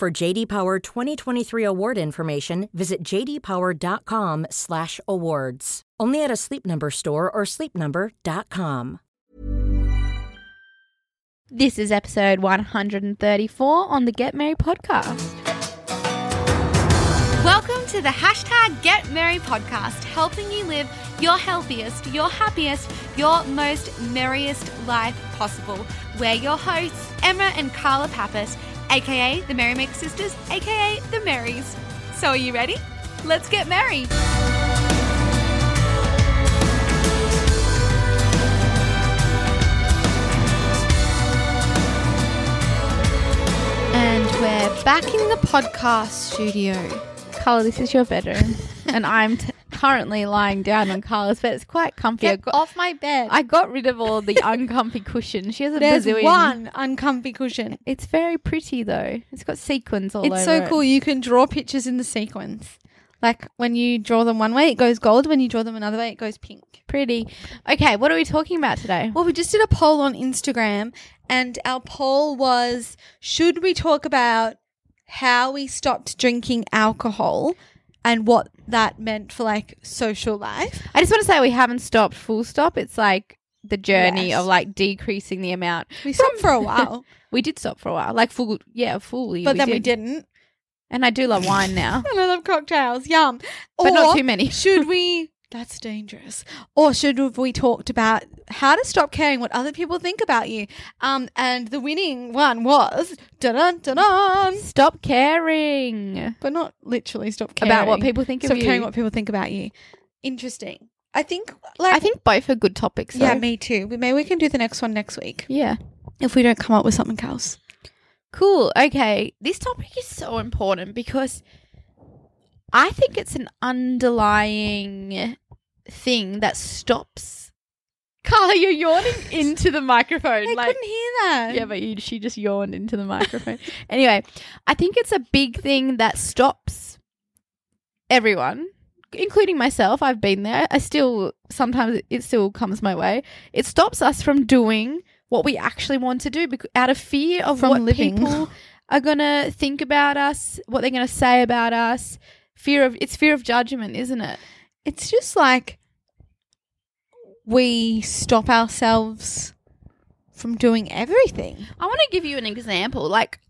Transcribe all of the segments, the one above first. For JD Power 2023 award information, visit jdpower.com/awards. Only at a Sleep Number store or sleepnumber.com. This is episode 134 on the Get Merry podcast. Welcome to the hashtag Get Merry podcast, helping you live your healthiest, your happiest, your most merriest life possible. We're your hosts, Emma and Carla Pappas, aka the Merry Make Sisters, aka the Marys. So, are you ready? Let's get merry. And we're back in the podcast studio. Carla, this is your bedroom. and I'm t- currently lying down on Carla's bed. It's quite comfy. I, Get got, off my bed. I got rid of all the uncomfy cushion. She has a There's Brazilian. one uncomfy cushion. It's very pretty though. It's got sequins all It's over so cool. It. You can draw pictures in the sequence. Like when you draw them one way, it goes gold. When you draw them another way, it goes pink. Pretty. Okay, what are we talking about today? Well, we just did a poll on Instagram, and our poll was should we talk about how we stopped drinking alcohol and what that meant for like social life? I just want to say we haven't stopped full stop. It's like the journey Yes. of like decreasing the amount. We stopped for a while, We did stop for a while. Like full yeah, fully. but then we didn't. And I do love wine now. And I love cocktails. Yum. But not Or- too many. should we that's dangerous or should have we talked about how to stop caring what other people think about you um and the winning one was dun dun dun dun Stop caring. but not literally stop caring About what people think of stop you. caring what people think about you interesting i think like I think both are good topics. Though. yeah me too But maybe we can do the next one next week Yeah. if we don't come up with something else Cool. Okay. This topic is so important because I think it's an underlying thing that stops. Carla, you're yawning into the microphone. i like, couldn't hear that yeah, but you, she just yawned into the microphone. anyway, I think it's a big thing that stops everyone, including myself. I've been there. I still sometimes it still comes my way. It stops us from doing what we actually want to do bec- out of fear of From what living. people are gonna think about us, what they're gonna say about us. Fear of it's fear of judgment, isn't it? it's just like we stop ourselves from doing everything I want to give you an example. Like,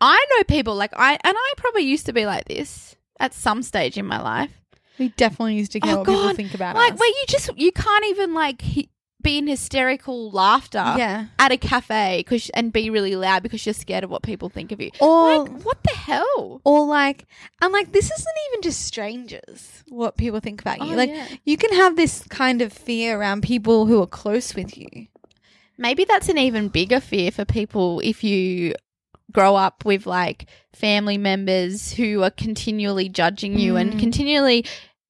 I know people like I and I probably used to be like this at some stage in my life. We definitely used to care Oh, what God. people think about like us. where you just you can't even like he, be in hysterical laughter yeah. at a cafe 'cause- and be really loud because you're scared of what people think of you. Or Like, what the hell? or like and like this isn't even just strangers what people think about you. Oh, like yeah. you can have this kind of fear around people who are close with you. Maybe that's an even bigger fear for people if you grow up with like family members who are continually judging you and Mm. continually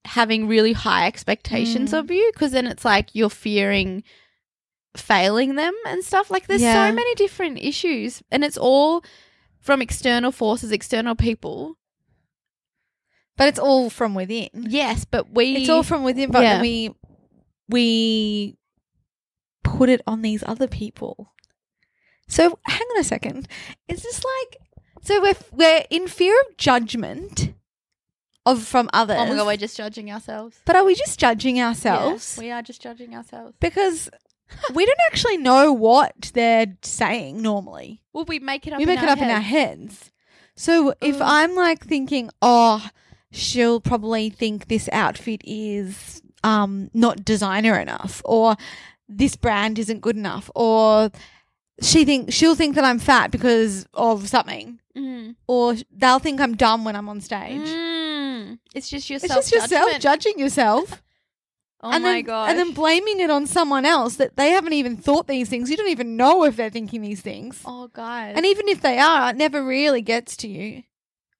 having really high expectations Mm. of you because then it's like you're fearing failing them and stuff like there's Yeah. so many different issues and it's all from external forces external people But it's all from within. yes but we Mm. It's all from within but Yeah. we we put it on these other people. So hang on a second. Is this like so we're we're in fear of judgment of from others. oh my god we're just judging ourselves But are we just judging ourselves? Yeah, we are just judging ourselves because we don't actually know what they're saying normally. well we make it up we make it up in our head. heads. Mm. So if Ugh. I'm like thinking, oh, she'll probably think this outfit is um, not designer enough, or this brand isn't good enough, or she think she'll think that I'm fat because of something, Mm. or they'll think I'm dumb when I'm on stage. Mm. It's just your It's just yourself judging yourself. Oh and my then, god! And then blaming it on someone else that they haven't even thought these things. You don't even know if they're thinking these things. oh guys, And even if they are, it never really gets to you.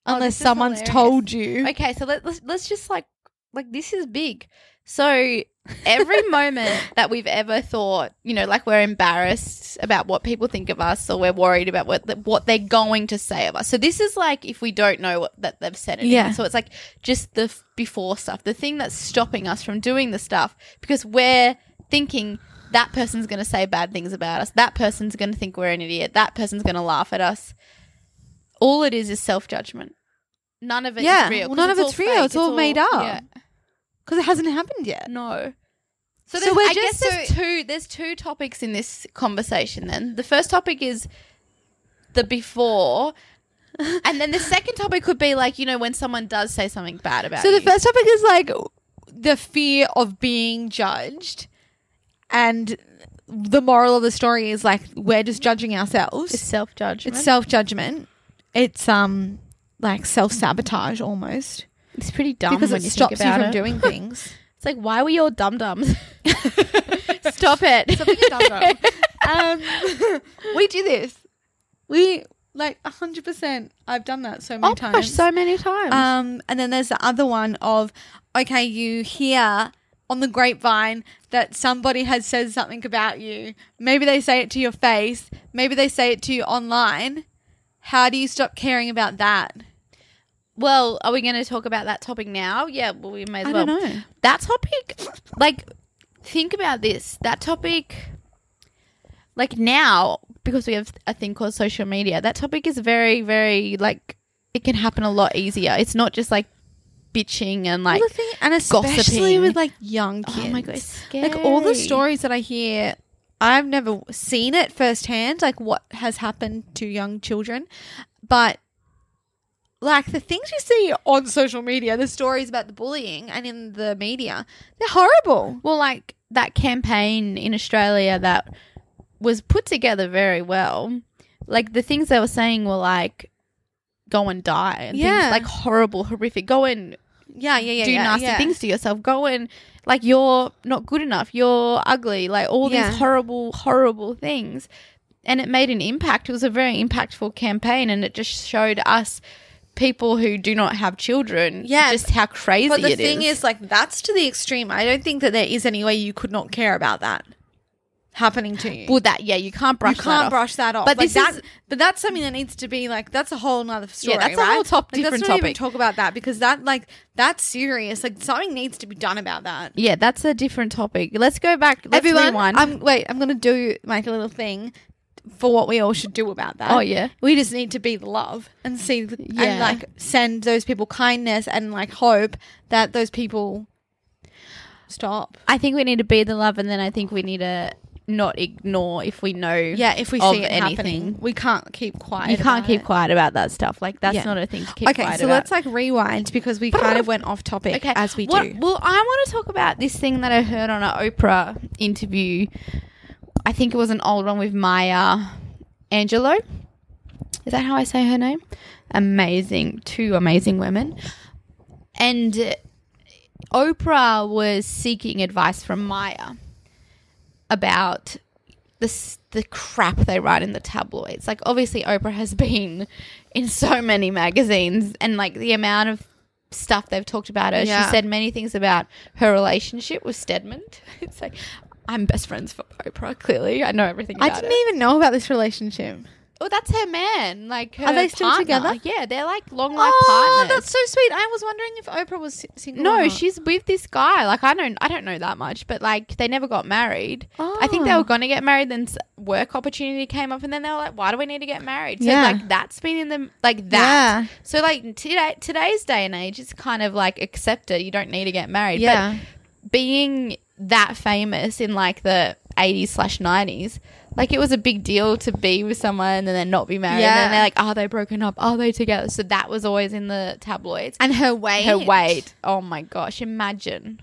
Oh, unless this is someone's hilarious. told you. Okay, so let, let's let's just like like this is big. So every moment that we've ever thought, you know, like we're embarrassed about what people think of us, or we're worried about what what they're going to say of us. So this is like if we don't know what, that they've said it. in. Yeah. So it's like just the f- before stuff, the thing that's stopping us from doing the stuff because we're thinking. That person's going to say bad things about us. That person's going to think we're an idiot. That person's going to laugh at us. All it is is self judgment. None of it is Yeah. real. 'cause Well, none of it's real. fake. It's all made up. yeah. Because it hasn't happened yet. No. So, So there's, we're I guess just there's two there's two topics in this conversation then. The first topic is the before and then the second topic could be like, you know, when someone does say something bad about So you. the first topic is like the fear of being judged, and the moral of the story is like we're just judging ourselves. is It's, self judgment. self judgment. It's um like self sabotage almost it's pretty dumb because when it you stops think you about from it. doing things. It's like why are we all dum dums? Stop it. um, we do this. We like hundred percent. I've done that so many oh my times. gosh, so many times. Um, and then there's the other one of, okay, you hear on the grapevine that somebody has said something about you. Maybe they say it to your face. Maybe they say it to you online. How do you stop caring about that? well, are we going to talk about that topic now? Yeah, well, we may as I well. don't know. that topic like think about this that topic like now because we have a thing called social media that topic is very very like it can happen a lot easier it's not just like bitching and like Well, the thing- and especially gossiping. with like young kids. oh my god it's Like all the scary. stories that I hear, I've never seen it firsthand, like what has happened to young children. But like the things you see on social media, the stories about the bullying and in the media, they're horrible. well like that campaign in australia that was put together very well like the things they were saying were like go and die and things Yeah. like horrible horrific go and Yeah, yeah, yeah. do nasty things to yourself. Go and like you're not good enough. You're ugly. Like all Yeah. these horrible, horrible things. And it made an impact. It was a very impactful campaign, and it just showed us people who do not have children, Yeah, just how crazy But the it thing is, like, that's to the extreme. I don't think that there is any way you could not care about that happening to you. well, that yeah, you can't brush. you that can't off. brush that off. But But this that, is- but that's something that needs to be like that's a whole nother story. that's a right? whole top- Like, different let's not even topic. talk about that because that like that's serious. Like something needs to be done about that. Yeah, that's a different topic. Let's go back. Let's rewind. I'm wait. I'm gonna do like a little thing for what we all should do about that. Oh, yeah. we just need to be the love and see the, Yeah. and like send those people kindness and like hope that those people stop. I think we need to be the love, and then I think we need to not ignore if we know. Yeah, if we Of see it anything. happening, we can't keep quiet. You can't about keep it. quiet about that stuff. Like that's Yeah. not a thing to keep okay, quiet so about. let's like rewind because we kind of went off topic as we What- do. Well, I want to talk about this thing that I heard on an Oprah interview. I think it was an old one with Maya Angelou. Is that how I say her name? Amazing. Two amazing women. And uh, Oprah was seeking advice from Maya about the s- the crap they write in the tabloids. Like obviously Oprah has been in so many magazines and like the amount of stuff they've talked about her. Yeah. She said many things about her relationship with Stedman. It's like I'm best friends for Oprah. Clearly, I know everything. I About didn't it. even know about this relationship. Oh, that's her man. Like, her Are they still partner. together? Yeah, they're like long life partners. Oh, that's so sweet. I was wondering if Oprah was si- single. or No, not. she's with this guy. Like I don't, I don't know that much, but like they never got married. I think they Oh. were going to get married, then s- work opportunity came up, and then they were like, "Why do we need to get married?" So Yeah. like that's been in the like that. So like today, today's day and age, it's kind of like accepted. You don't need to get married. Yeah. But being that famous in like the 80s slash 90s, like it was a big deal to be with someone and then not be married. And then Yeah. they're like, are they broken up? Are they together? So that was always in the tabloids. And her weight. Her weight. Oh my gosh. Imagine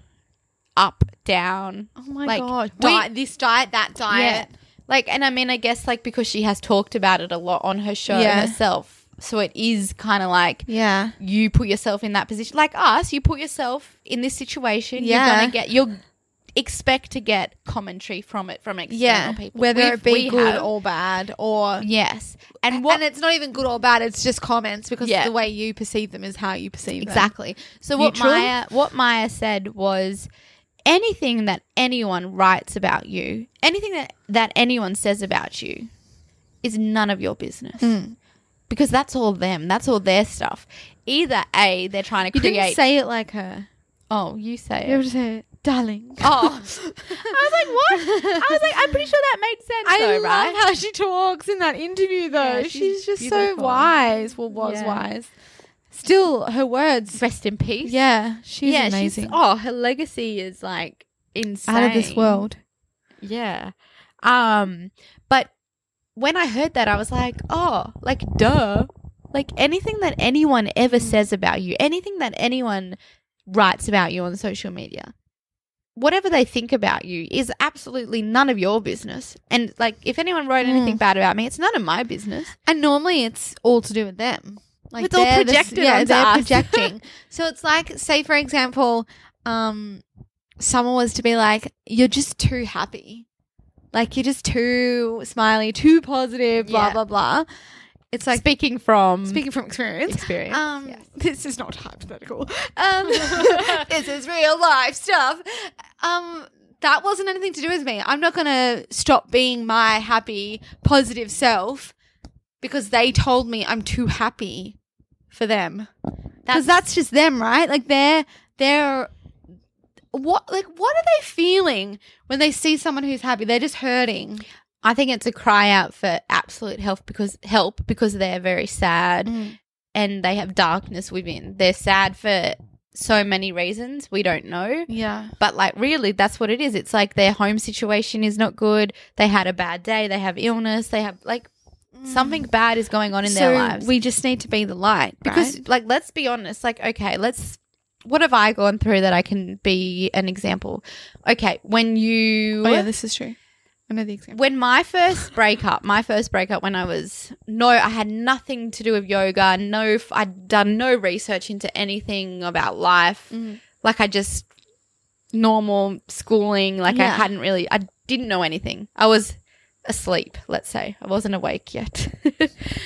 up, down. Oh my Like, god. we- Diet, this diet, that diet. Yeah. Like, and I mean, I guess like because she has talked about it a lot on her show Yeah. herself. So it is kind of like Yeah. you put yourself in that position like us you put yourself in this situation Yeah. you're gonna get you're expect to get commentary from it from external yeah, people, whether We've- it be we good have. or bad, or yes, and what, and it's not even good or bad. It's just comments because Yeah. the way you perceive them is how you perceive Exactly. So what Neutral? Maya what Maya said was anything that anyone writes about you, anything that, that anyone says about you is none of your business. Hmm. Because that's all them. That's all their stuff. Either A, they're trying to them. You create didn't say it like her. Oh, you say You ever it. say it, darling? Oh. I was like, what? I was like, I'm pretty sure that made sense I though, love right? how she talks in that interview, though. Yeah, she's, she's just so beautiful. wise. Well, was Yeah. wise. Still, her words. Rest in peace. Yeah, she's yeah, amazing. she's oh, her legacy is like insane. out of this world. Yeah. Um, but when I heard that, I was like, oh, like, duh. Like, anything that anyone Mm. ever says about you, anything that anyone writes about you on social media, whatever they think about you is absolutely none of your business. And, like, if anyone Mm. wrote anything bad about me, it's none of my business. And normally, it's all to do with them. Like It's all they're the- projected yeah, onto they're us. projecting. so it's like, say for example, um, someone was to be like, "You're just too happy, like you're just too smiley, too positive, blah Yeah. blah blah." It's like speaking from speaking from experience. experience. Um, yes. this is not hypothetical. Um, this is real life stuff. Um, that wasn't anything to do with me. I'm not going to stop being my happy, positive self because they told me I'm too happy for them. Because that's, just them, right? Like they're they're what like what are they feeling when they see someone who's happy? They're just hurting. I think it's a cry out for absolute help because help because they're very sad Mm. and they have darkness within. They're sad for so many reasons we don't know. Yeah. But like really that's what it is. It's like their home situation is not good. They had a bad day, they have illness, they have like something bad is going on in their lives. Mm. we just need to be the light because right? like let's be honest, like okay, let's what have I gone through that I can be an example? Okay, when you Oh, this is true. I know the example. when my first breakup, my first breakup when I was no, I had nothing to do with yoga. No, I'd done no research into anything about life. Mm. Like I just normal schooling. Like I Yeah. hadn't really, I didn't know anything. I was asleep. Let's say I wasn't awake yet.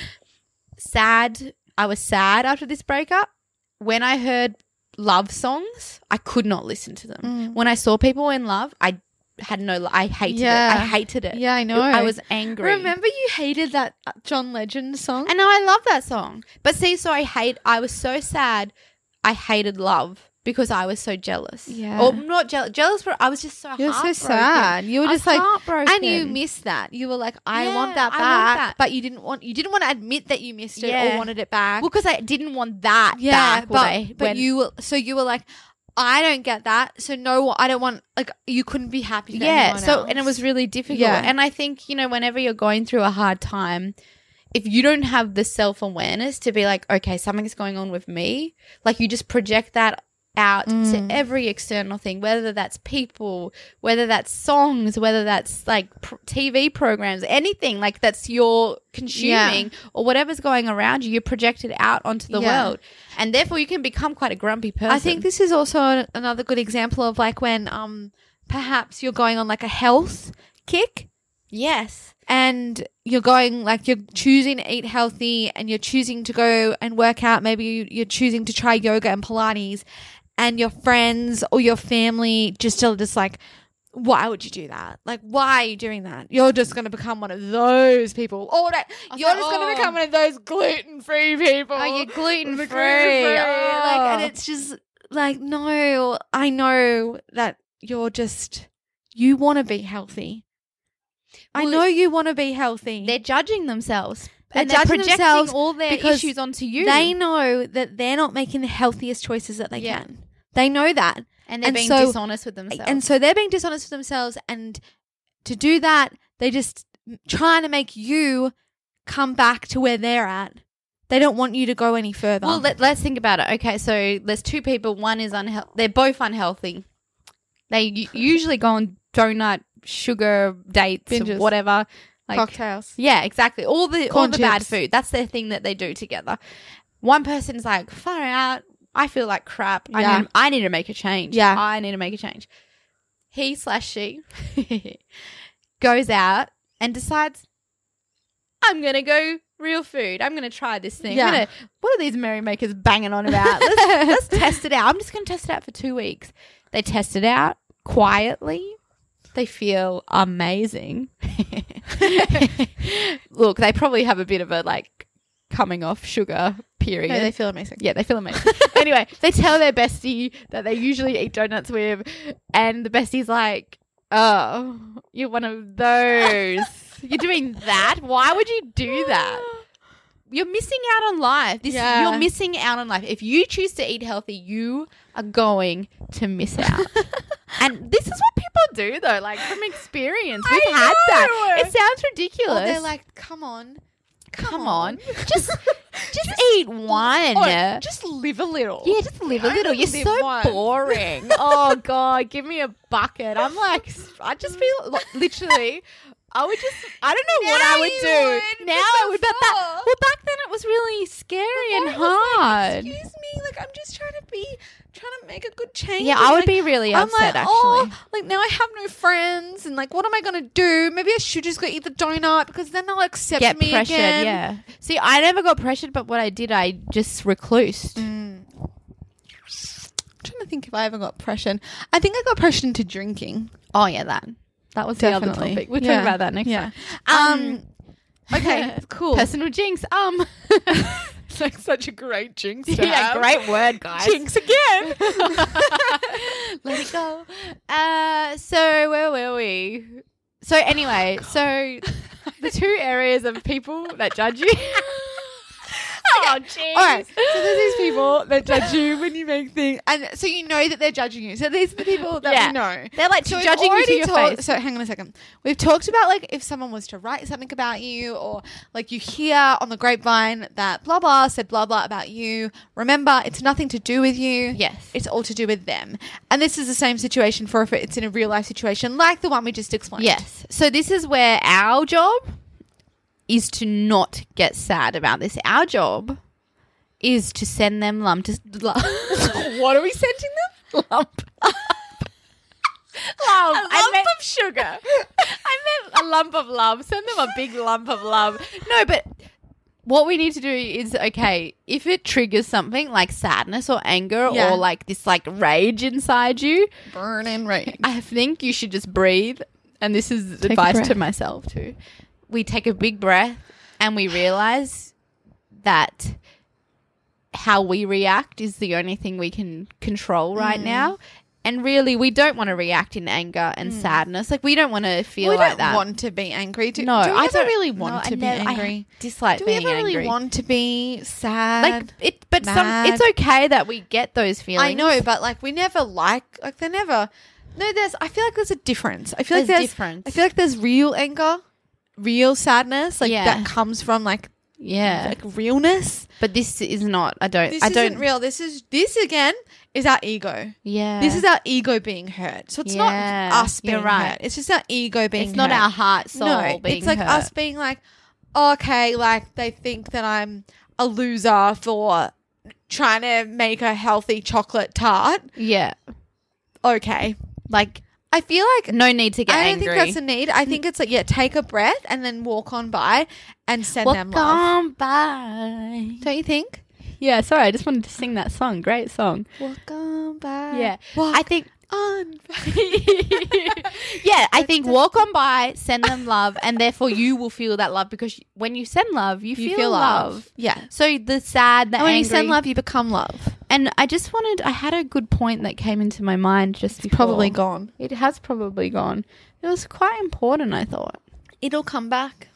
sad. I was sad after this breakup. When I heard love songs, I could not listen to them. Mm. When I saw people in love, I had no. I hated it. I Yeah. hated it. Yeah, I know. I was angry. Remember, you hated that uh, John Legend song. And now I love that song. But see, so I hate. I was so sad. I hated love because I was so jealous. Yeah. Or not jealous. Jealous. For, I was just so. You're so heartbroken. sad. You were I was just like, heartbroken. and you missed that. You were like, I Yeah, want that I back, want that. but you didn't want. You didn't want to admit that you missed it or Yeah. wanted it back. Well, because I didn't want that. yeah, back but when- but when- you were, so you were like, I don't get that. So no, I don't want. Like you couldn't be happy. For yeah. anyone So else. and it was really difficult. Yeah. And I think you know whenever you're going through a hard time. If you don't have the self awareness to be like, okay, something's going on with me, like you just project that out Mm. to every external thing, whether that's people, whether that's songs, whether that's like pr- TV programs, anything like that's your consuming or whatever's going around you, you project it out onto the Yeah. world, and therefore you can become quite a grumpy person. I think this is also an- another good example of like when um perhaps you're going on like a health kick yes, and you're going like you're choosing to eat healthy and you're choosing to go and work out maybe you, you're choosing to try yoga and pilates and your friends or your family just are just like why would you do that? Like, why are you doing that? You're just going to become one of those people. All day. You're like, just going "Oh." to become one of those gluten free people. Oh, you're gluten free. gluten free. Like, and it's just like, no, I know that you're just, you want to be healthy. I Well, know Oh, you want to be healthy. they're judging themselves They're and they're judging projecting themselves all their because issues onto you. They know that they're not making the healthiest choices that they Yeah. can. They know that. and they're and being so- dishonest with themselves. And so they're being dishonest with themselves. And to do that, they just trying to make you come back to where they're at. They don't want you to go any further. Well, let, let's think about it. Okay, so there's two people. One is unhealthy. They're both unhealthy. They u- usually go on donut, sugar dates, Binges. whatever. Like, cocktails. yeah, exactly. All the all Corn the bad chips. food. That's their thing that they do together. One person's like, far out. I feel like crap. Yeah. I, need, I need to make a change. Yeah. I need to make a change. he slash she goes out and decides, I'm gonna go real food. I'm gonna try this thing. I'm Yeah. gonna- what are these merrymakers banging on about? Let's, let's test it out. I'm just gonna test it out for two weeks. They test it out quietly. They feel amazing. Look, they probably have a bit of a like coming off sugar period. No, they feel amazing. Yeah, they feel amazing. anyway, they tell their bestie that they usually eat donuts with, and the bestie's like, "Oh, you're one of those. you're doing that. Why would you do that? You're missing out on life. This Yeah. you're missing out on life. If you choose to eat healthy, you are going to miss out." and this is what people do, though. Like from experience, we've I had that. know. It sounds ridiculous. Or they're like, come on, come, "Come on, just just, eat one." Or oh, just live a little. Yeah, just live a I little. only You're live so once. boring. oh god, give me a bucket. I'm like, I just feel like, literally. I would just, I don't know what Now I would you do would, now. but I would, but that, before- well, back then it was really scary and Before it was hard. Excuse me, like I'm just trying to be, trying to make a good change. yeah, and, I would like, be really I'm upset like, actually. oh, like now I have no friends, and like, what am I gonna do? Maybe I should just go eat the donut because then they'll accept Get me pressured, again. yeah. See, I never got pressured, but what I did, I just reclused. Mm. I'm trying to think if I ever got pressured. I think I got pressured into drinking. Oh yeah, that that was the other Definitely. topic. We'll Yeah. talk about that next Yeah. time. Um. okay. Cool. Personal jinx. Um. It's like such a great jinx. to yeah, have. great word, guys. Jinx again. Let it go. Uh, so where were we? So anyway, so the two areas of people that judge you. oh, jeez. All right. So there's these people that judge you when you make things, and so you know that they're judging you. So these are the people that Yeah. we know. They're like So we've judging you to already your told- face. So hang on a second. We've talked about like if someone was to write something about you, or like you hear on the grapevine that blah blah said blah blah about you. Remember, it's nothing to do with you. Yes. It's all to do with them. And this is the same situation for if it's in a real life situation like the one we just explained. Yes. So this is where our job is to not get sad about this. Our job is to send them lump to lump. What are we sending them? lump. Love. A lump of sugar. I meant a lump of love. Send them a big lump of love. No, but what we need to do is okay, if it triggers something like sadness or anger Yeah. or like this like rage inside you, Burn and rain. I think you should just breathe. And this is a advice to breath. myself too. We take a big breath and we realize that how we react is the only thing we can control right now. And really, we don't want to react in anger and sadness. Like we don't want to feel Mm. we like don't that. want to be angry. Do, no, do we I ever don't really want no, to I be never- I angry? dislike Do we being ever angry. really want to be sad? like it, but mad? some it's okay that we get those feelings. I know, but like we never like like they never. No, there's. I feel like there's a difference. I feel like There's there's difference. I feel like there's real anger, real sadness, like Yeah. that comes from like yeah, like realness. but this is not. I don't. This I don't. isn't real. This is this again is our ego. yeah, This is our ego being hurt. So it's Yeah, not us you're being right. hurt. It's just our ego being. it's not hurt. our heart soul. being it's like hurt. us being like, okay, like they think that I'm a loser for trying to make a healthy chocolate tart. Yeah. Okay, Like I feel like no need to get I don't angry. think that's a need. I think it's like yeah, take a breath and then walk on by and send Walk them love. on by. Don't you think? Yeah, sorry, I just wanted to sing that song. Great song. Walk on by. Yeah. Walk I think on by. Yeah, I think walk on by, send them love, and therefore you will feel that love because when you send love, you, feel, love. Yeah. So the sad, the And when you send angry- love, you become love. and I just wanted, I had a good point that came into my mind just before. Probably gone. It has probably gone. It was quite important, I thought. It'll come back.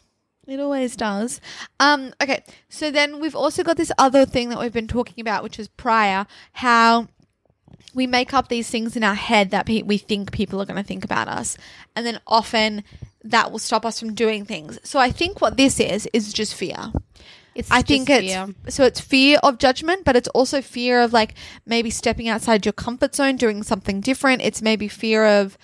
It always does. Um, okay. So then we've also got this other thing that we've been talking about, which is prior, how we make up these things in our head that pe- we think people are going to think about us. And then often that will stop us from doing things. So I think what this is, is just fear. It's I think just it's fear. so it's fear of judgment, but it's also fear of like maybe stepping outside your comfort zone, doing something different. It's maybe fear of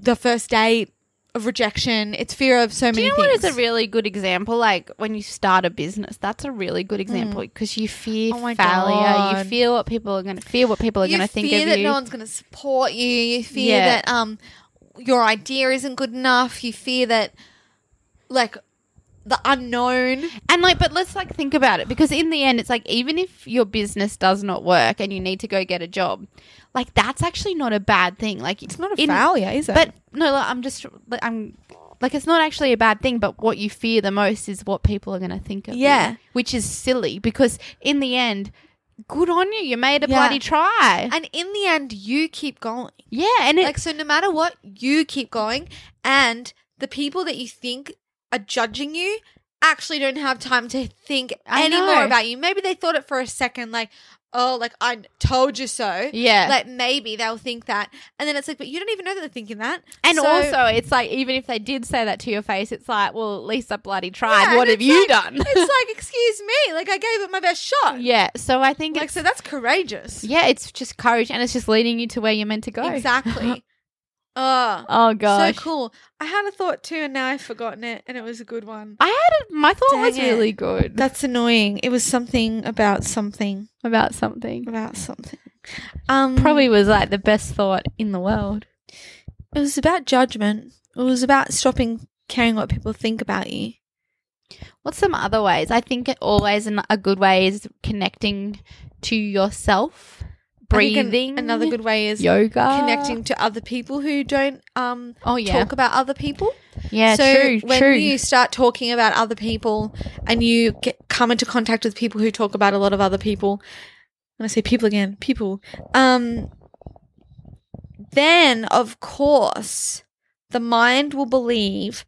the first date of rejection. It's fear of so Do many you know what things. is a really good example? Like when you start a business, that's a really good example because you fear Mm. Oh my failure. God. You fear what people are going to fear, what people are you going to think fear of that you. no one's going to support you. You fear Yeah. that um your idea isn't good enough. You fear that like the unknown. and like, but let's like think about it because in the end, it's like even if your business does not work and you need to go get a job, like that's actually not a bad thing. Like it's not a failure, is it? But no, like, I'm just like, I'm. Like it's not actually a bad thing, but what you fear the most is what people are going to think of you, Yeah. which is silly because in the end, good on you, you made a Yeah. bloody try. And in the end, you keep going. Yeah, and it, Like so, no matter what, you keep going, and the people that you think are judging you actually don't have time to think I any know. more about you. Maybe they thought it for a second, like, oh, like I told you so. yeah, Like maybe they'll think that, and then it's like, but you don't even know that they're thinking that. and So- also it's like even if they did say that to your face, it's like, well, at least I bloody tried. Yeah, what and have it's you like- done? it's like, excuse me, like I gave it my best shot. yeah, so I think Like it's so, that's courageous. yeah, it's just courage, and it's just leading you to where you're meant to go. Exactly. oh, Oh gosh, so cool. I had a thought too, and now I've forgotten it, and it was a good one. I had a, my thought Dang was it. really good That's annoying. It was something about something about something. about something. Um, Probably was like the best thought in the world. it was about judgment. It was about stopping caring what people think about you. What's some other ways? I think it always an, a good way is connecting to yourself, I think an- breathing. another good way is yoga, connecting to other people who don't um Oh yeah, talk about other people. yeah, so true, when true. you start talking about other people and you get, come into contact with people who talk about a lot of other people, and I say people again, people, um, then of course the mind will believe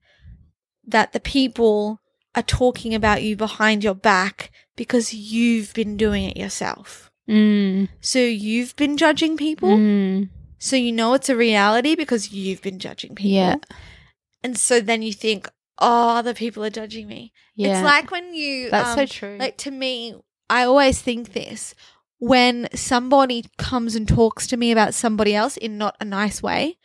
that the people are talking about you behind your back because you've been doing it yourself. Mm. So you've been judging people. Mm. So you know it's a reality because you've been judging people. Yeah. And so then you think, oh, other people are judging me. Yeah. It's like when you that's so um, true. like to me, I always think this. When somebody comes and talks to me about somebody else in not a nice way,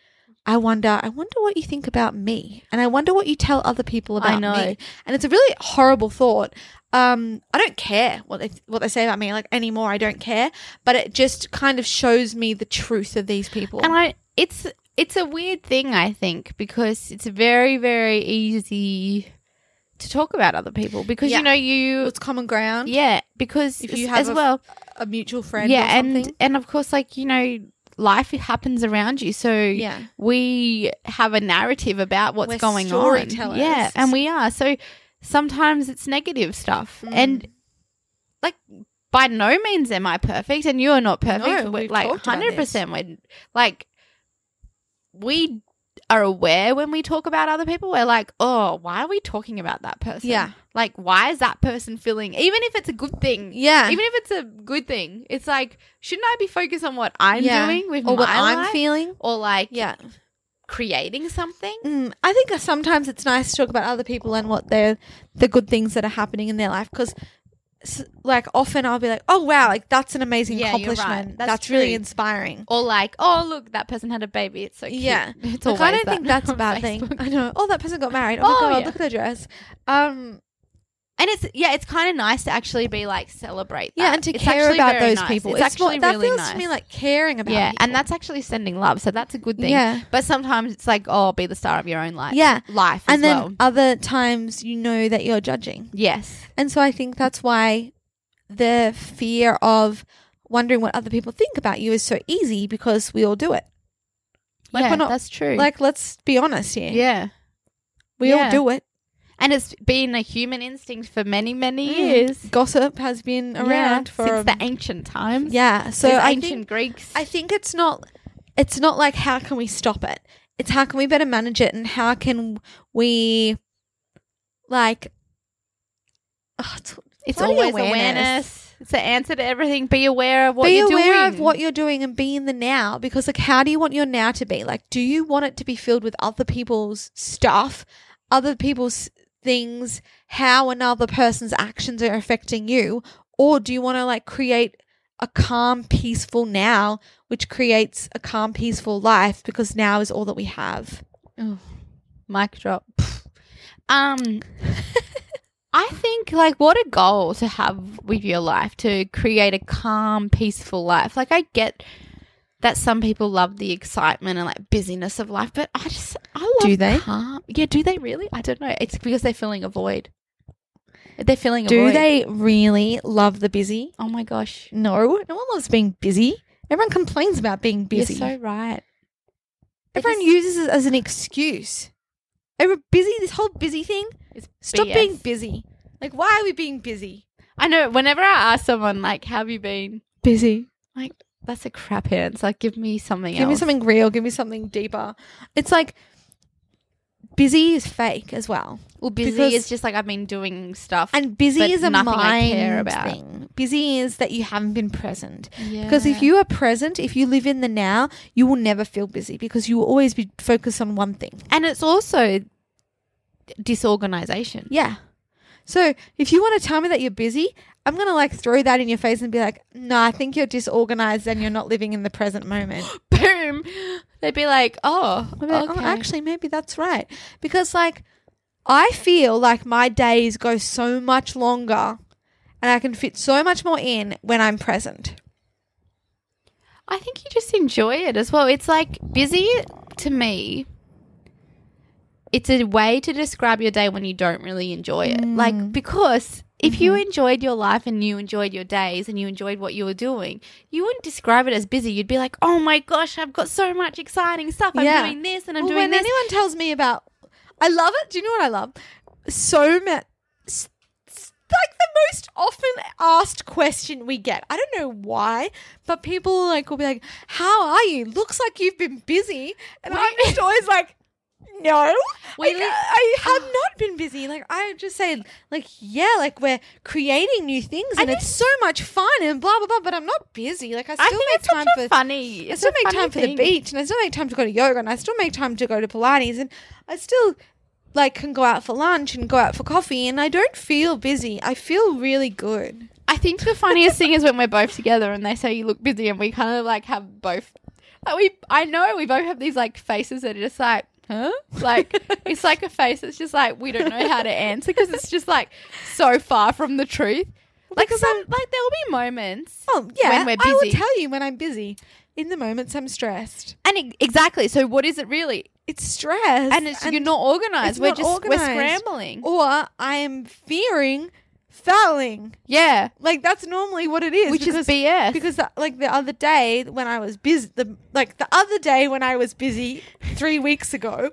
I wonder, I wonder what you think about me. And I wonder what you tell other people I about know. me. And it's a really horrible thought. Um, I don't care what they what they say about me like anymore. I don't care, but it just kind of shows me the truth of these people. and I it's it's a weird thing I think because it's very very easy to talk about other people because Yeah. you know you it's common ground. yeah because If you it's- have as a well a mutual friend. yeah or something. and and of course like you know life happens around you so yeah, we have a narrative about what's We're going on. storytellers. Yeah, and we are. So sometimes it's negative stuff. Mm. And like by no means am I perfect and you're not perfect. No, We're- we've like talked about this. 100% when like we are aware when we talk about other people. We're like, "Oh, why are we talking about that person?" Yeah. Like why is that person feeling even if it's a good thing? yeah. Even if it's a good thing, it's like, shouldn't I be focused on what I'm Yeah. doing with or what my I'm life? feeling. or like Yeah, creating something. mm, I think sometimes it's nice to talk about other people and what they're the good things that are happening in their life because. Like often, I'll be like, "Oh wow, like that's an amazing Yeah, you're right. accomplishment. That's That's, really true. inspiring." Or like, oh look, that person had a baby. It's so cute. Yeah. it's always Like, I don't that think that's a on bad thing. Facebook. I know. Oh, that person got married. Oh, Oh, my god, yeah. look at their dress. Um, And it's yeah, it's kind of nice to actually be like celebrate. yeah, that. and to It's care actually about very those nice. people. It's, more- actually that really feels nice. to me like caring about. yeah, people. and that's actually sending love. So that's a good thing. yeah, But sometimes it's like, oh, be the star of your own life. Yeah. life. as and then well. other times you know that you're judging. yes, And so I think that's why the fear of wondering what other people think about you is so easy because we all do it. Like, yeah, we're not- that's true. Like, let's be honest here. yeah, we yeah. all do it. and it's been a human instinct for many, many Mm. years Gossip has been Yeah, around for since um, the ancient times. yeah. So Since I ancient think Greeks. I think it's not it's not like how can we stop it? It's how can we better manage it and how can we like oh, it's- It's Bloody always awareness. awareness. It's the answer to everything. Be aware of what be you're aware doing. of what you're doing and be in the now because like how do you want your now to be like do you want it to be filled with other people's stuff other people's things how another person's actions are affecting you or do you want to like create a calm peaceful now which creates a calm peaceful life because now is all that we have Mic drop. Pff. Um, I think like what a goal to have with your life to create a calm, peaceful life. Like I get that some people love the excitement and like busyness of life, but I just I love Do they? calm. Yeah, do they really? I don't know. It's because they're filling a void. They're filling a Do void. they really love the busy? Oh my gosh. No, no one loves being busy. Everyone complains about being busy. You're so right. They Everyone just- uses it as an excuse. Over busy, this whole busy thing. It's Stop BS. being busy. Like, why are we being busy? I know. Whenever I ask someone like, "How "Have you been?" Busy. That's a crap answer. Like, give me something Give me else. something real. Give me something deeper. It's like busy is fake as well, Well, busy because- is just like I've been doing stuff, and busy But is a nothing mind I care about. thing. Busy is that you haven't been present. yeah. Because if you are present, if you live in the now, you will never feel busy because you will always be focused on one thing. and it's also disorganization. Yeah. So if you want to tell me that you're busy, I'm going to like throw that in your face and be like, no, I think you're disorganized and you're not living in the present moment. Boom. They'd be like, "Oh, I'm like, okay. Oh, actually, maybe that's right. Because like, I feel like my days go so much longer and I can fit so much more in when I'm present. I think you just enjoy it as well. It's like busy to me. It's a way to describe your day when you don't really enjoy it. Mm. Like because if you Mm-hmm. enjoyed your life and you enjoyed your days and you enjoyed what you were doing, you wouldn't describe it as busy. You'd be like, "Oh my gosh, I've got so much exciting stuff. I'm Yeah. doing this and I'm Well, doing when this." anyone tells me about, I love it. Do you know what I love? So much. Like the most often asked question we get. I don't know why, but people like will be like, "How are you? Looks like you've been busy," and I'm We- just always like, "No, We I, li- I have not been busy." Like I just say, like, "Yeah, like we're creating new things, and it's so much fun and blah blah blah." But I'm not busy. Like I I still think make it's time such for a funny. I it's still a make funny time for the thing. beach and I still make time to go to yoga and I still make time to go to Pilates and I still like can go out for lunch and go out for coffee and I don't feel busy. I feel really good. I think the funniest thing is when we're both together and they say you look busy and we kind of like have both like we I know we both have these like faces that are just like huh like it's like a face that's just like we don't know how to answer because it's just like so far from the truth like because some I'm- like there will be moments Oh yeah. When we're I will busy. tell you when I'm busy. In the moments I'm stressed. and e- exactly so what is it really It's stress. and it's you're not organized it's we're not just organised. we're scrambling or I am fearing fouling. yeah Like that's normally what it is. which because- is BS because the, like the other day when I was busy, the like the other day when I was busy three weeks ago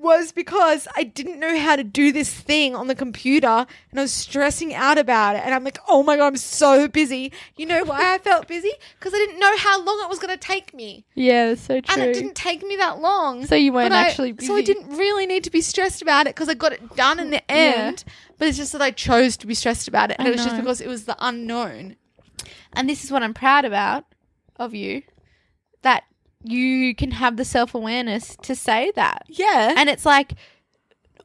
was because I didn't know how to do this thing on the computer and I was stressing out about it. And I'm like, oh my god, I'm so busy. You know why I felt busy? Because I didn't know how long it was going to take me, yeah that's so and true it didn't take me that long. so you weren't But I- actually busy. so I didn't really need to be stressed about it because I got it done in the end. But it's just that I chose to be stressed about it, and I it was just know. because it was the unknown. and this is what I'm proud about of you that you can have the self awareness to say that. Yeah, And it's like,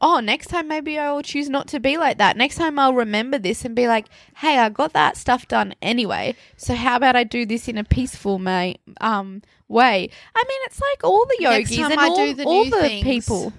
oh, next time maybe I will choose not to be like that. Next time I'll remember this and be like, hey, I got that stuff done anyway. So how about I do this in a peaceful ma- um, way? I mean, it's like all the Next yogis time and I all, do the all new the things. people.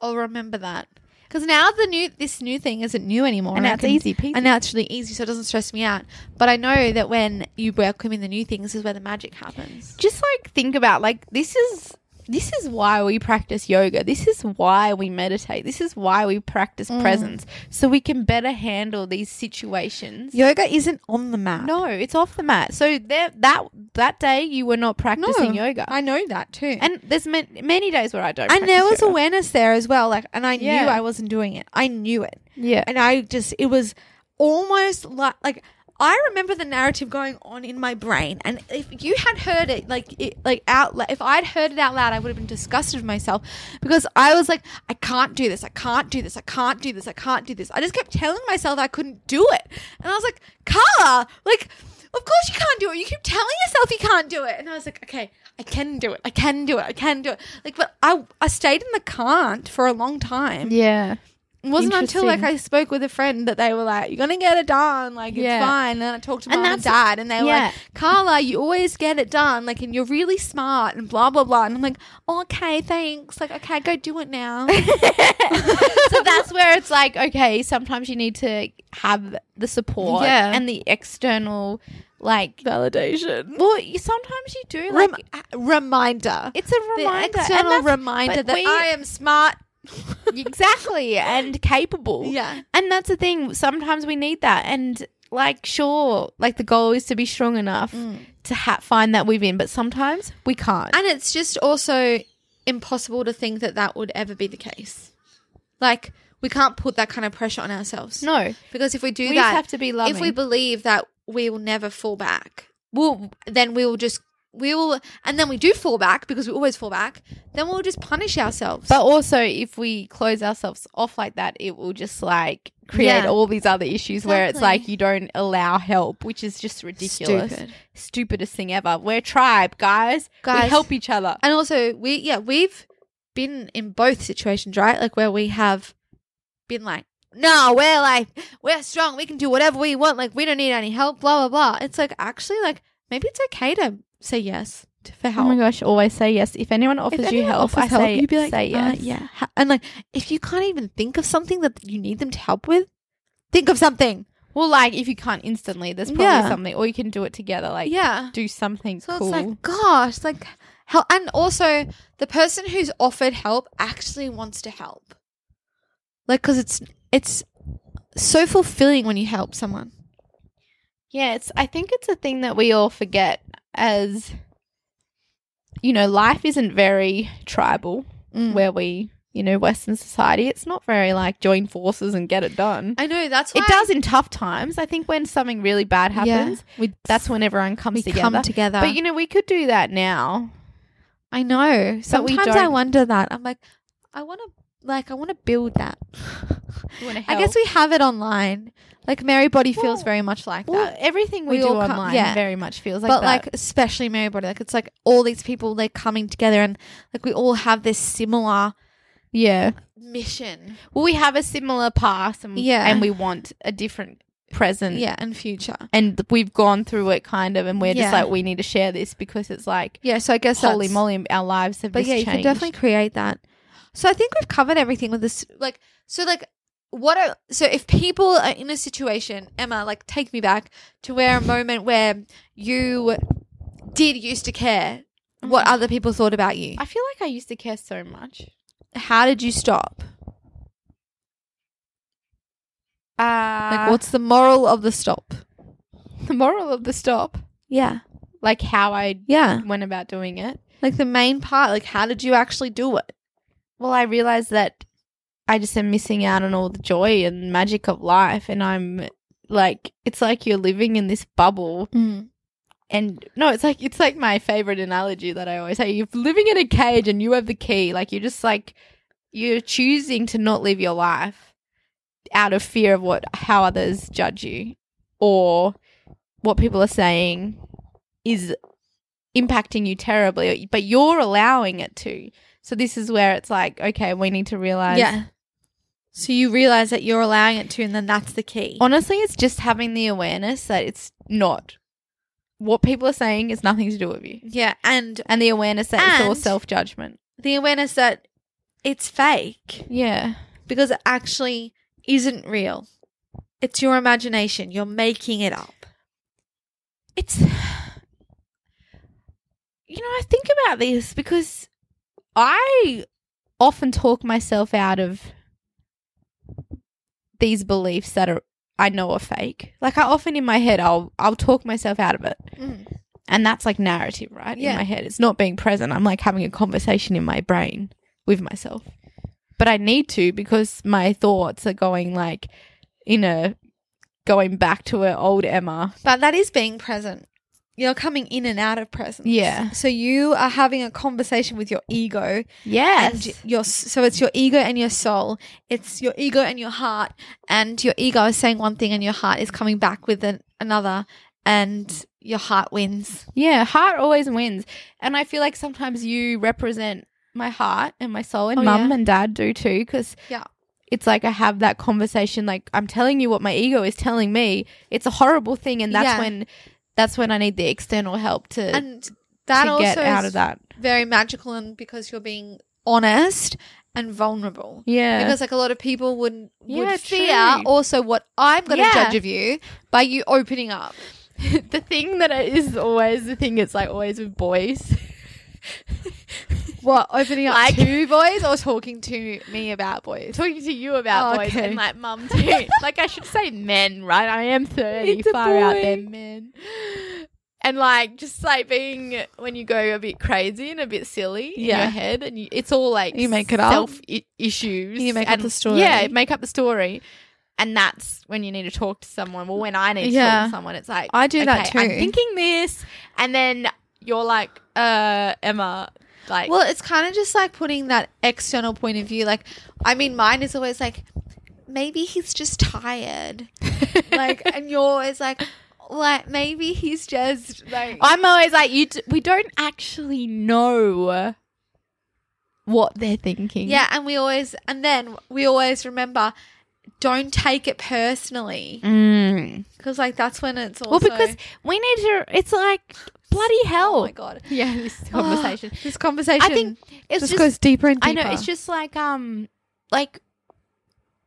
I'll remember that. Because now the new this new thing isn't new anymore, And I now it's can- easy peasy. And now it's really easy, so it doesn't stress me out. But I know that when you welcome in the new things is where the magic happens. just like think about like this is this is why we practice yoga. This is why we meditate. This is why we practice Mm. presence so we can better handle these situations. Yoga isn't on the map. No, it's off the mat. So there that that day you were not practicing yoga. I know that too. and there's ma- many days where I don't. and practice there was yoga. awareness there as well. Like, and I Yeah. knew I wasn't doing it. I knew it. yeah. And I just, it was almost like, like, I remember the narrative going on in my brain, and if you had heard it, like, it, like out, lou- if I'd heard it out loud, I would have been disgusted with myself because I was like, I can't do this, I can't do this, I can't do this, I can't do this. I just kept telling myself I couldn't do it, and I was like, Carla, like, of course you can't do it. You keep telling yourself you can't do it, and I was like, okay, I can do it, I can do it, I can do it. Like, but I, I stayed in the can't for a long time Yeah. It wasn't until like Interesting. I spoke with a friend that they were like, "You're gonna get it done, like Yeah. it's fine." And I talked to And mum and that's- dad, and they were like, "Carla, you always get it done, like, and you're really smart, and blah blah blah." And I'm like, "Oh, "Okay, thanks. Like, okay, go do it now." so that's where it's like, okay, sometimes you need to have the support Yeah. and the external, like, Validation. well, you, sometimes you do, like, Rem- uh, reminder. it's a The reminder. and external that's- reminder but that we- I am smart. exactly, and capable. Yeah. And that's the thing. Sometimes we need that. And like, sure, like the goal is to be strong enough Mm. to ha- find that within, but sometimes we can't. And it's just also impossible to think that that would ever be the case. Like, we can't put that kind of pressure on ourselves. no, Because if we do we that, just have to be loving. if we believe that we will never fall back, well, then we will just, we will, and then we do fall back because we always fall back, then we'll just punish ourselves. but also if we close ourselves off like that, it will just like create Yeah. all these other issues where it's Exactly. like you don't allow help, which is just ridiculous. Stupid. Stupidest thing ever. We're a tribe, guys. Guys. we help each other. And also, we, yeah, we've been in both situations, right? Like, where we have been like, no, we're like, we're strong. We can do whatever we want. Like, we don't need any help, blah, blah, blah. It's like, actually, like, maybe it's okay to say yes to, for help. Oh my gosh! Always say yes. If anyone offers If you anyone help, offers I say you'd be like, say uh, yes. yeah. Ha- And like, if you can't even think of something that you need them to help with, think of something. Well, like if you can't instantly, there's probably Yeah. something, or you can do it together. Like yeah. do something So cool. it's like, gosh, like, help. And also, the person who's offered help actually wants to help. Like, because it's, it's so fulfilling when you help someone. yeah, it's. I think it's a thing that we all forget as you know, life isn't very tribal Where- where we, you know, Western society. It's not very like join forces and get it done. I know, that's why. It does in tough times. I think when something really bad happens, Yeah, we, that's when everyone comes we together. come together. But you know, we could do that now. I know. But we Sometimes I don't. wonder that. I'm like, I want to, like, I want to build that. I we. guess we have it online. Like Mary Body feels Well- very much like Well, that. everything we, We do all come- online yeah. very much feels like but that. like especially Mary Body, like it's like all these people they're coming together and like we all have this similar yeah. mission. Well, we have a similar past, and Yeah. and we want a different present. Yeah, and future. and th- we've gone through it kind of, and we're Yeah. just like we need to share this because it's like Yeah, so I guess holy that's- moly, our lives have But just yeah, you changed. can definitely create that. So I think we've covered everything with this like so like what are so if people are in a situation, Emma, like take me back to where a moment where you did used to care what Mhm. other people thought about you. I feel like I used to care so much. How did you stop? Uh, Like, what's the moral of the stop? the moral of the stop? Yeah. Like how I Yeah. went about doing it. Like, the main part, like, how did you actually do it? Well, I realized that I just am missing out on all the joy and magic of life, and I'm like, it's like you're living in this bubble Mm. and no, it's like it's like my favorite analogy that I always say. You're living in a cage and you have the key. Like you're just like you're choosing to not live your life out of fear of what how others judge you or what people are saying is impacting you terribly, but you're allowing it to. So this is where it's like, okay, we need to realize Yeah. So you realize that you're allowing it to, and then that's the key. Honestly, it's just having the awareness that it's not what people are saying is nothing to do with you. yeah. And and the awareness that it's all And- self judgment. the awareness that it's fake Yeah, because it actually isn't real. It's your imagination. You're making it up. it's you know I think about this because I often talk myself out of these beliefs that are I know are fake. Like I often in my head I'll I'll talk myself out of it. Mm. And that's like narrative, right? Yeah. In my head. It's not being present. I'm like having a conversation in my brain with myself. But I need to because my thoughts are going like in a going back to an old Emma. But that is being present. You're coming in and out of presence. Yeah. So you are having a conversation with your ego Yes. and your so it's your ego and your soul it's your ego and your heart and your ego is saying one thing and your heart is coming back with an, another and your heart wins yeah, heart always wins. And I feel like sometimes you represent my heart and my soul and Oh, mum yeah. and dad do too because Yeah. it's like I have that conversation. Like I'm telling you what my ego is telling me. It's a horrible thing, and that's Yeah. when that's when I need the external help to and that to also get out is of that. very magical and because you're being honest and vulnerable. Yeah, Because like a lot of people would would Yeah, fear true. also what I'm going to Yeah. judge of you by you opening up. the thing that I- is always the thing. It's like always with boys. What opening up Like- to boys or talking to me about boys? talking to you about Oh, boys okay. and like mum too. like I should say men, right? I am thirty, It's a far out there, boy. men. And like just like being when you go a bit crazy and a bit silly in Yeah. your head, and you, it's all like You make it up. self I- issues. You make up and- the story. Yeah, make up the story. And that's when you need to talk to someone. Well, when I need to Yeah. talk to someone, it's like I do that I'm too. thinking this, and then you're like, uh, Emma, like, Well, it's kind of just like putting that external point of view. Like, I mean, mine is always like, maybe he's just tired. like, and you're always like, like maybe he's just like. I'm always like, you. D- we don't actually know what they're thinking. Yeah, and we always, and then we always remember, don't take it personally, Mm. because like that's when it's also. Well, because we need to. It's like bloody hell. oh my god, Yeah, this conversation. this conversation. Oh. I think it's just, just. goes deeper and I deeper. know it's just like um, like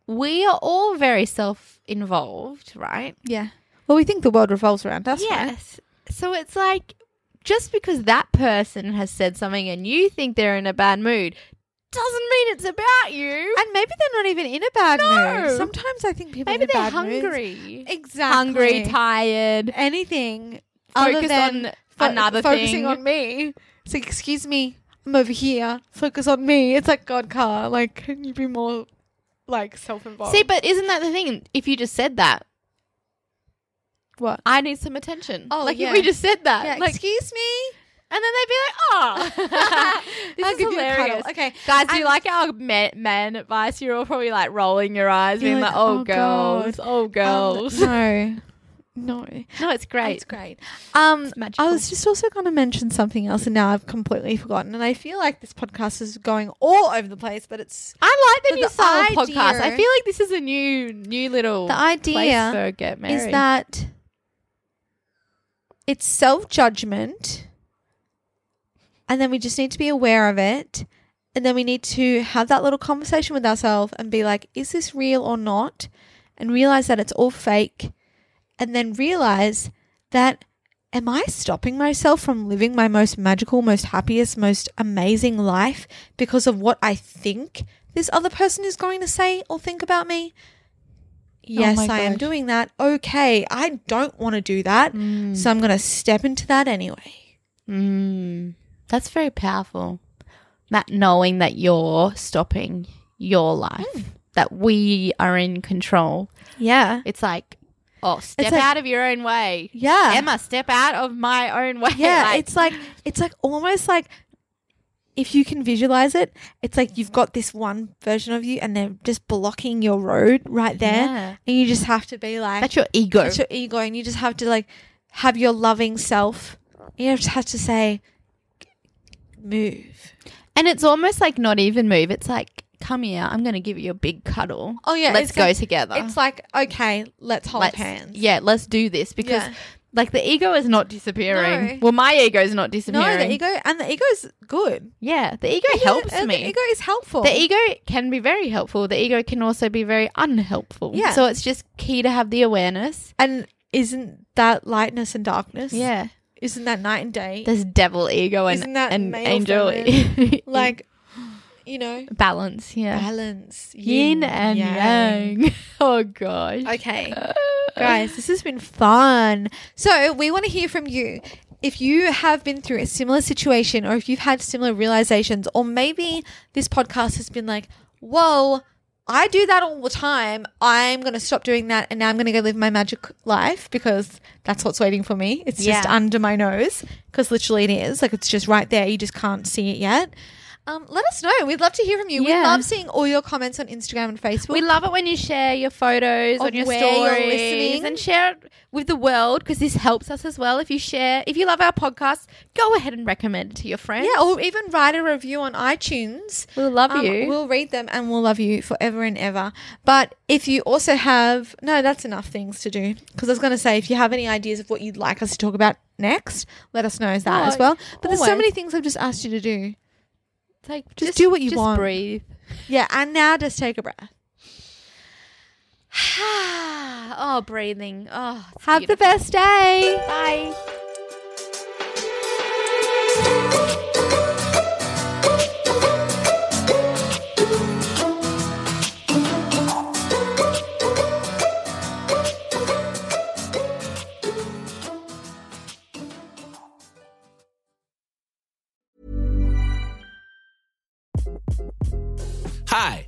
we are all very self-involved, right? yeah, well, we think the world revolves around us. right? yes. So it's like just because that person has said something and you think they're in a bad mood doesn't mean it's about you. And maybe they're not even in a bad No. mood. Sometimes I think people Maybe in a they're bad mood- hungry. Exactly. Hungry, tired. Anything other Focus than on another focusing thing. on me. It's like, excuse me, I'm over here. Focus on me. It's like God, car. Like, can you be more like self-involved? See, but isn't that the thing? If you just said that, what? I need some attention. Oh, like yeah. if we just said that, Yeah, like, excuse me. and then they'd be like, "Oh, this I'll is give you a cuddle." hilarious." Okay, Guys, do And- you like our man, man advice? You're all probably like rolling your eyes, You're being like, like, "Oh, "Oh, girls, oh, girls." Um, no, no. no, it's great. it's great. Um, It's magical. I was just also going to mention something else, and now I've completely forgotten. And I feel like this podcast is going all over the place, but it's I like the But new the style of podcast. I idea- feel like this is a new, new little the place idea for get married. is that it's self judgment, and then we just need to be aware of it, and then we need to have that little conversation with ourselves and be like, is this real or not? And realize that it's all fake, and then realize that am I stopping myself from living my most magical, most happiest, most amazing life because of what I think this other person is going to say or think about me? Yes, my I am gosh. doing that. Okay, I don't want to do that. So I'm going to step into that anyway. Mm, that's very powerful. That knowing that you're stopping your life, Mm. that we are in control. Yeah. It's like, oh, step like- out of your own way. Yeah. Emma, step out of my own way. Yeah, Like, it's like it's like almost like if you can visualize it, it's like you've got this one version of you and they're just blocking your road right there Yeah. and you just have to be like that's your ego. It's your ego, and you just have to like have your loving self. You just have to say, move. and it's almost like not even move. It's like, come here, I'm going to give you a big cuddle. Oh yeah, let's it's go like- together. It's like okay, let's hold Let's- hands. Yeah, let's do this because Yeah. like the ego is not disappearing. No. Well, my ego is not No, disappearing. the ego and the ego's good. Yeah, the ego helps the, me. The e- ego is helpful. The ego can be very helpful. The ego can also be very unhelpful. Yeah. So it's just key to have the awareness. and isn't that lightness and darkness? Yeah. Isn't that night and day? There's devil ego and, Isn't that and male, angel like, you know, balance. Yeah. balance, Yin and yang. Oh gosh. Uh, Okay. Guys, this has been fun. So, we want to hear from you. If you have been through a similar situation or if you've had similar realizations, or maybe this podcast has been like, whoa, I do that all the time. I'm going to stop doing that and now I'm going to go live my magic life because that's what's waiting for me. It's just Yeah. under my nose because literally it is. Like, it's just right there. You just can't see it yet. Um, let us know. We'd love to hear from you. Yeah. We love seeing all your comments on Instagram and Facebook. We love it when you share your photos Of on your where stories you're listening. and share it with the world because this helps us as well. If you share, if you love our podcast, go ahead and recommend it to your friends. yeah, or even write a review on iTunes. we'll love Um, you. We'll read them and we'll love you forever and ever. But if you also have no, that's enough things to do. Because I was going to say, if you have any ideas of what you'd like us to talk about next, let us know as that Oh, as well. But there's so always. many things I've just asked you to do. Like, just do what you just want. Breathe. Yeah, and now just take a breath. oh, breathing. Oh, it's Have the beautiful. best day. Bye. Hi,